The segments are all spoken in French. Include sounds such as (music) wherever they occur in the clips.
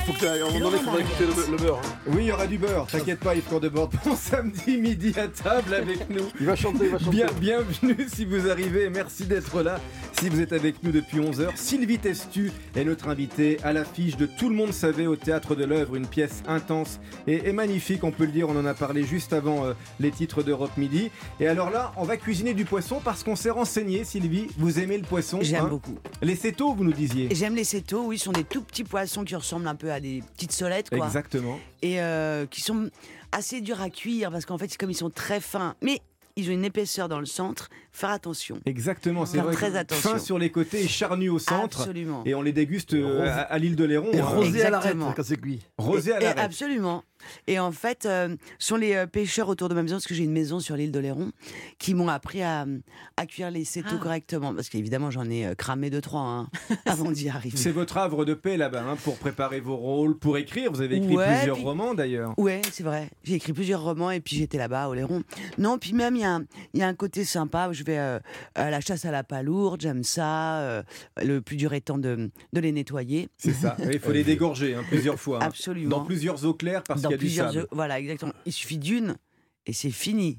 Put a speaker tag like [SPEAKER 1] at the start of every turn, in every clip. [SPEAKER 1] que ça aille. À un moment donné, faudrait quitter le, le beurre. hein.
[SPEAKER 2] Oui, il y aura du beurre. T'inquiète pas, Yves Courdebord. (laughs) Bon samedi midi à table avec nous.
[SPEAKER 1] Il va chanter, il va chanter.
[SPEAKER 2] Bien, bienvenue si vous arrivez, merci d'être là. Si vous êtes avec nous depuis 11h, Sylvie Testu est notre invitée à l'affiche de Tout le monde savait au théâtre de l'œuvre, une pièce intense et, et magnifique, on peut le dire, on en a parlé juste avant euh, les titres d'Europe Midi. Et alors là, on va cuisiner du poisson parce qu'on s'est renseigné, Sylvie, vous aimez le poisson
[SPEAKER 3] J'aime
[SPEAKER 2] hein
[SPEAKER 3] beaucoup.
[SPEAKER 2] Les cétos, vous nous disiez.
[SPEAKER 3] Et J'aime les cétos, oui, ce sont des tout petits poissons qui ressemblent un peu à des petites solettes, quoi.
[SPEAKER 2] Exactement.
[SPEAKER 3] Et euh, qui sont assez durs à cuire parce qu'en fait, c'est comme ils sont très fins, mais ils ont une épaisseur dans le centre. Faire attention.
[SPEAKER 2] Exactement, c'est
[SPEAKER 3] Faire
[SPEAKER 2] vrai.
[SPEAKER 3] très
[SPEAKER 2] que
[SPEAKER 3] attention.
[SPEAKER 2] Fin sur les côtés et charnu au centre.
[SPEAKER 3] Absolument.
[SPEAKER 2] Et on les déguste euh,
[SPEAKER 1] Rosé.
[SPEAKER 2] à, à l'île de Léron.
[SPEAKER 1] Et
[SPEAKER 2] hein.
[SPEAKER 1] rosé à l'arête
[SPEAKER 3] Exactement.
[SPEAKER 1] quand c'est cuit.
[SPEAKER 2] Rosé à
[SPEAKER 3] Et- et
[SPEAKER 2] l'arête.
[SPEAKER 3] Absolument. Et en fait, euh, ce sont les euh, pêcheurs autour de ma maison, parce que j'ai une maison sur l'île d'Oléron, qui m'ont appris à, à cuire les cétos
[SPEAKER 4] Ah.
[SPEAKER 3] correctement. Parce qu'évidemment, j'en ai euh, cramé deux, trois hein, avant d'y
[SPEAKER 2] C'est
[SPEAKER 3] arriver.
[SPEAKER 2] votre havre de paix là-bas, hein, pour préparer vos rôles, pour écrire. Vous avez écrit
[SPEAKER 3] Ouais,
[SPEAKER 2] plusieurs
[SPEAKER 3] puis- (laughs)
[SPEAKER 2] romans d'ailleurs.
[SPEAKER 3] Ouais, c'est vrai. J'ai écrit plusieurs romans et puis j'étais là-bas à Oléron. Non, puis même, il y, a un- il y a un côté sympa. Je vais euh, à la chasse à la palourde, j'aime ça. euh, le plus dur étant de, de les nettoyer.
[SPEAKER 2] C'est ça. Il faut les dégorger hein, plusieurs fois. hein.
[SPEAKER 3] Absolument.
[SPEAKER 2] Dans plusieurs eaux claires parce
[SPEAKER 3] Dans
[SPEAKER 2] qu'il y a du
[SPEAKER 3] plusieurs
[SPEAKER 2] sable.
[SPEAKER 3] œufs. Voilà, exactement. Il suffit d'une et c'est fini.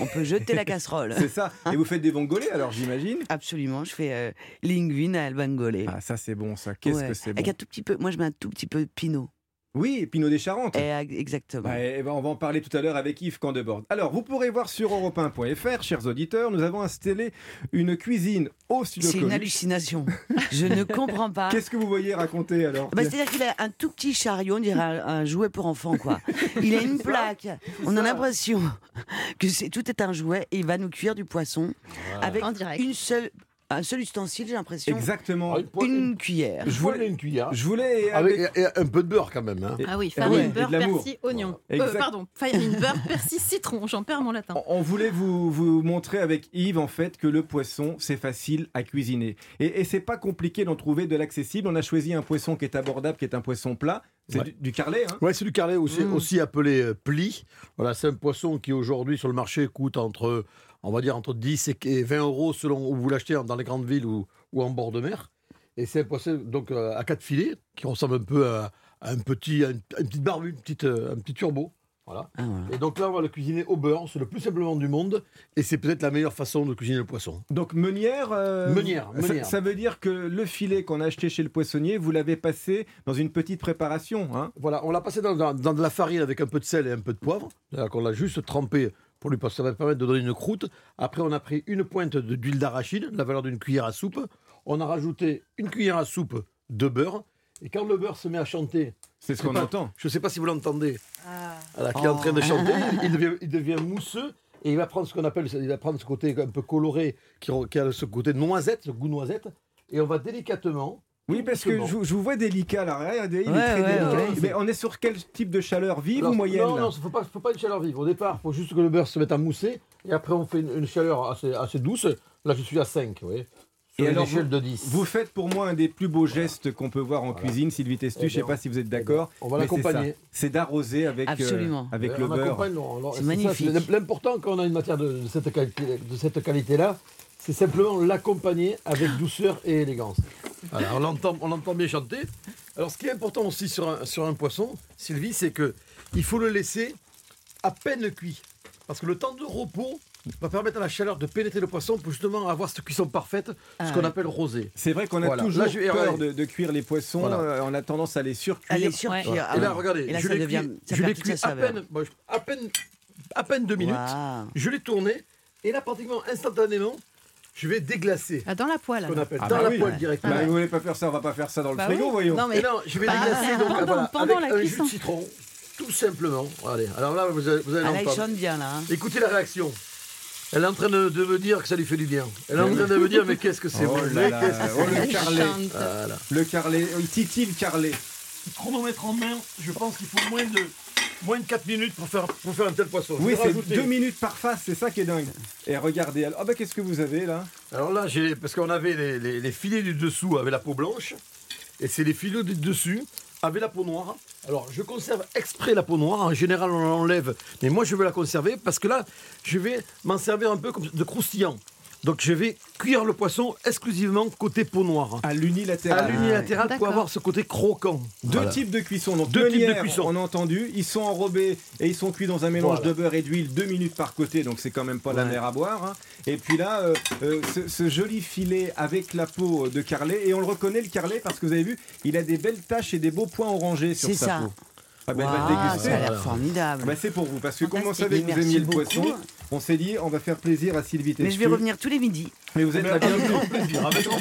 [SPEAKER 3] On peut jeter
[SPEAKER 2] (laughs)
[SPEAKER 3] la casserole. (laughs)
[SPEAKER 2] C'est ça.
[SPEAKER 3] Ah.
[SPEAKER 2] Et vous faites des vongolais alors j'imagine.
[SPEAKER 3] Absolument, je fais euh, linguine à Alban Gollet.
[SPEAKER 2] Ah ça c'est bon ça. Qu'est-ce
[SPEAKER 3] Ouais.
[SPEAKER 2] que c'est bon.
[SPEAKER 3] Avec un tout petit peu, moi je mets un tout petit peu de pinot.
[SPEAKER 2] Oui, Pinot des Charentes.
[SPEAKER 3] Eh, ag- exactement.
[SPEAKER 2] Bah, eh ben, on va en parler tout à l'heure avec Yves Candebord. Alors, vous pourrez voir sur europe1.fr, chers auditeurs, nous avons installé une cuisine au studio
[SPEAKER 3] C'est une hallucination. je
[SPEAKER 2] (laughs)
[SPEAKER 3] ne comprends pas.
[SPEAKER 2] Qu'est-ce que vous voyez raconter alors
[SPEAKER 3] Bah, C'est-à-dire qu'il a un tout petit chariot, on dirait un, un jouet pour enfants, quoi.
[SPEAKER 1] (laughs)
[SPEAKER 3] Il a une plaque. On a l'impression que c'est tout est un jouet et il va nous cuire du poisson avec
[SPEAKER 4] En direct.
[SPEAKER 3] une seule, un seul ustensile, j'ai l'impression.
[SPEAKER 2] Exactement.
[SPEAKER 1] Ah, poêle-
[SPEAKER 3] Une cuillère.
[SPEAKER 1] Je voulais une cuillère.
[SPEAKER 2] Je voulais.
[SPEAKER 3] Ah
[SPEAKER 2] euh,
[SPEAKER 1] Avec, et- et un peu de beurre quand même. hein.
[SPEAKER 2] Et-
[SPEAKER 4] Ah oui,
[SPEAKER 2] et
[SPEAKER 4] farine,
[SPEAKER 2] ouais, et de
[SPEAKER 4] beurre,
[SPEAKER 2] l'amour.
[SPEAKER 4] persil, oignon.
[SPEAKER 2] Voilà.
[SPEAKER 4] Euh,
[SPEAKER 2] Exact.
[SPEAKER 4] pardon, farine, beurre, persil, citron. J'en perds mon latin.
[SPEAKER 2] On- On voulait vous, vous montrer avec Yves en fait que le poisson c'est facile à cuisiner et, et c'est pas compliqué d'en trouver de l'accessible. On a choisi un poisson qui est abordable, qui est un poisson plat, c'est
[SPEAKER 1] Ouais.
[SPEAKER 2] du, du carlet. Hein
[SPEAKER 1] Ouais, c'est du carlet aussi,
[SPEAKER 3] Mm.
[SPEAKER 1] aussi appelé euh, pli. Voilà, c'est un poisson qui aujourd'hui sur le marché coûte entre, on va dire entre 10 et- et 20 euros selon où vous l'achetez dans les grandes villes ou, ou en bord de mer. Et c'est un poisson donc euh, à quatre filets qui ressemble un peu à, à un petit, à une, à une petite barbe, une petite, euh, un petit turbo. Voilà.
[SPEAKER 3] Ah, voilà.
[SPEAKER 1] Et donc là, on va le cuisiner au beurre, c'est le plus simplement du monde, et c'est peut-être la meilleure façon de cuisiner le poisson.
[SPEAKER 2] Donc meunière. euh,
[SPEAKER 1] Meunière,
[SPEAKER 2] ça-
[SPEAKER 1] meunière.
[SPEAKER 2] Ça, veut dire que le filet qu'on a acheté chez le poissonnier, vous l'avez passé dans une petite préparation. Hein
[SPEAKER 1] Voilà, on l'a passé dans, dans- dans de la farine avec un peu de sel et un peu de poivre. C'est-à-dire qu'on l'a juste trempé pour lui, parce que ça va permettre de donner une croûte. Après, on a pris une pointe de- d'huile d'arachide, la valeur d'une cuillère à soupe. On a rajouté une cuillère à soupe de beurre. Et quand le beurre se met à chanter,
[SPEAKER 2] c'est ce qu'on
[SPEAKER 1] pas-
[SPEAKER 2] entend.
[SPEAKER 1] je ne sais pas si vous l'entendez,
[SPEAKER 4] Ah.
[SPEAKER 1] voilà, qui est en train de chanter, il, il devient, il devient mousseux. Et il va prendre ce qu'on appelle, il va prendre ce côté un peu coloré, qui, qui a ce côté noisette, ce goût noisette. Et on va délicatement.
[SPEAKER 2] Oui, parce que
[SPEAKER 1] Exactement.
[SPEAKER 2] je, vous- je vous vois délicat là. Regardez, il
[SPEAKER 3] Ouais,
[SPEAKER 2] est très
[SPEAKER 3] ouais,
[SPEAKER 2] délicat.
[SPEAKER 3] ouais.
[SPEAKER 2] Mais on est sur quel type de chaleur vive
[SPEAKER 1] Alors,
[SPEAKER 2] ou moyenne
[SPEAKER 1] Non,
[SPEAKER 2] là
[SPEAKER 1] non, il ne faut pas, faut pas une chaleur vive. Au départ, il faut juste que le beurre se mette à mousser. Et après, on fait une, une chaleur assez, assez douce. Là, je suis à 5, vous voyez. Sur
[SPEAKER 2] Et
[SPEAKER 1] une
[SPEAKER 2] alors,
[SPEAKER 1] échelle de 10.
[SPEAKER 2] Vous faites pour moi un des plus beaux gestes qu'on peut voir en cuisine, Sylvie Testu.
[SPEAKER 1] Eh
[SPEAKER 2] je sais
[SPEAKER 1] bien,
[SPEAKER 2] pas si vous êtes d'accord.
[SPEAKER 1] on va
[SPEAKER 2] mais c'est
[SPEAKER 1] l'accompagner.
[SPEAKER 2] ça. C'est d'arroser avec, euh,
[SPEAKER 3] Absolument.
[SPEAKER 2] avec
[SPEAKER 1] Et
[SPEAKER 2] le
[SPEAKER 1] on
[SPEAKER 2] beurre.
[SPEAKER 1] accompagne, on- on-
[SPEAKER 3] C'est
[SPEAKER 1] ça,
[SPEAKER 3] magnifique.
[SPEAKER 1] c'est L'important quand on a une matière de, de cette, quali- de cette qualité-là, c'est simplement l'accompagner avec douceur et élégance. Voilà, on l'entend, on l'entend bien chanter. Alors, ce qui est important aussi sur un, sur un poisson, Sylvie, c'est que il faut le laisser à peine cuit, parce que le temps de repos va permettre à la chaleur de pénétrer le poisson pour justement avoir cette cuisson parfaite, ce
[SPEAKER 3] Ah
[SPEAKER 1] qu'on
[SPEAKER 3] oui.
[SPEAKER 1] appelle rosé.
[SPEAKER 2] C'est vrai qu'on a
[SPEAKER 1] Voilà.
[SPEAKER 2] toujours
[SPEAKER 1] Là, je vais-
[SPEAKER 2] peur
[SPEAKER 1] ouais.
[SPEAKER 2] de, de cuire les poissons.
[SPEAKER 1] Voilà.
[SPEAKER 2] euh, on a tendance à les surcuire.
[SPEAKER 3] Allez, sur
[SPEAKER 4] Ouais.
[SPEAKER 3] cuire.
[SPEAKER 1] Voilà.
[SPEAKER 3] Ah
[SPEAKER 1] Et là,
[SPEAKER 3] ouais.
[SPEAKER 1] Eh ben, regardez,
[SPEAKER 3] Et là,
[SPEAKER 1] je
[SPEAKER 3] ça
[SPEAKER 1] l'ai
[SPEAKER 3] devient.
[SPEAKER 1] cuit,
[SPEAKER 3] ça
[SPEAKER 1] je
[SPEAKER 3] perd
[SPEAKER 1] l'ai
[SPEAKER 3] toute
[SPEAKER 1] cuit
[SPEAKER 3] sa
[SPEAKER 1] à
[SPEAKER 3] saveur.
[SPEAKER 1] peine, bon, je- à peine, à peine deux minutes.
[SPEAKER 3] Waouh.
[SPEAKER 1] Je l'ai tourné et là, pratiquement instantanément, je vais déglacer.
[SPEAKER 4] Ah, dans la poêle.
[SPEAKER 1] Ce qu'on
[SPEAKER 4] alors.
[SPEAKER 1] appelle
[SPEAKER 2] Ah
[SPEAKER 1] dans
[SPEAKER 2] bah
[SPEAKER 1] la
[SPEAKER 2] oui.
[SPEAKER 1] poêle
[SPEAKER 2] Bah,
[SPEAKER 1] directement.
[SPEAKER 2] Vous voulez pas faire ça, on va pas faire ça dans le
[SPEAKER 4] Bah
[SPEAKER 2] frigo,
[SPEAKER 4] oui.
[SPEAKER 2] voyons.
[SPEAKER 3] Non,
[SPEAKER 1] Et
[SPEAKER 3] mais.
[SPEAKER 1] non, je vais
[SPEAKER 4] Bah,
[SPEAKER 1] déglacer donc,
[SPEAKER 4] pendant-
[SPEAKER 1] voilà,
[SPEAKER 4] pendant
[SPEAKER 1] avec
[SPEAKER 4] la
[SPEAKER 1] un jus
[SPEAKER 4] cuisson.
[SPEAKER 1] de citron, tout simplement. Allez, alors là, vous allez, vous allez
[SPEAKER 3] Ah, là, il
[SPEAKER 1] l'entendre.
[SPEAKER 3] sonne bien, là. hein.
[SPEAKER 1] Écoutez la réaction. Elle est en train de, de me dire que ça lui fait du bien. Elle est en train de me dire, mais qu'est-ce que c'est
[SPEAKER 2] Oh
[SPEAKER 1] bon,
[SPEAKER 2] là
[SPEAKER 1] mais
[SPEAKER 2] là,
[SPEAKER 1] qu'est-ce que
[SPEAKER 2] oh le
[SPEAKER 4] Il
[SPEAKER 2] carlet,
[SPEAKER 4] chante.
[SPEAKER 1] Voilà.
[SPEAKER 2] le carlet, oh, il titille le carlet.
[SPEAKER 1] Chronomètre en main, je pense qu'il faut moins de, moins de 4 minutes pour faire, pour faire un tel poisson. Je
[SPEAKER 2] Oui,
[SPEAKER 1] vais
[SPEAKER 2] c'est
[SPEAKER 1] rajouter-
[SPEAKER 2] deux minutes par face, c'est ça qui est dingue. Et regardez, alors, ah bah, qu'est-ce que vous avez là
[SPEAKER 1] Alors là, j'ai- parce qu'on avait les, les- les filets du dessous avec la peau blanche, et c'est les filets du dessus avec la peau noire. Alors je conserve exprès la peau noire, en général on l'enlève, mais moi je veux la conserver parce que là, je vais m'en servir un peu comme de croustillant. Donc je vais cuire le poisson exclusivement côté peau noire.
[SPEAKER 2] À
[SPEAKER 1] À
[SPEAKER 2] l'unilatéral.
[SPEAKER 1] l'unilatéral pour
[SPEAKER 4] D'accord.
[SPEAKER 1] avoir ce côté croquant.
[SPEAKER 2] Deux
[SPEAKER 1] Voilà.
[SPEAKER 2] types de cuisson, donc
[SPEAKER 1] Deux types de
[SPEAKER 2] meunières,
[SPEAKER 1] cuisson.
[SPEAKER 2] On a entendu, ils sont enrobés et ils sont cuits dans un mélange
[SPEAKER 1] Voilà.
[SPEAKER 2] de beurre et d'huile, deux minutes par côté, donc c'est quand même pas la
[SPEAKER 3] Ouais.
[SPEAKER 2] mer à boire. hein. Et puis là, euh, euh, ce, ce joli filet avec la peau euh, de carlet, et on le reconnaît le carlet parce que vous avez vu, il a des belles taches et des beaux points orangés sur
[SPEAKER 3] C'est
[SPEAKER 2] sa
[SPEAKER 3] ça.
[SPEAKER 2] peau. Ah ben, elle va le
[SPEAKER 3] Waouh,
[SPEAKER 2] déguster.
[SPEAKER 3] ça a l'air
[SPEAKER 1] Voilà.
[SPEAKER 3] formidable.
[SPEAKER 2] Bah, c'est pour vous, parce que comme on
[SPEAKER 4] Fantastique.
[SPEAKER 2] savait que vous
[SPEAKER 3] Merci
[SPEAKER 2] aimiez le
[SPEAKER 3] beaucoup.
[SPEAKER 2] poisson, on s'est dit on va faire plaisir à Sylvie
[SPEAKER 3] Mais je vais
[SPEAKER 2] Testu.
[SPEAKER 3] revenir tous les midis.
[SPEAKER 2] Mais vous êtes la bienvenue.
[SPEAKER 1] Avec grand plaisir, avec grand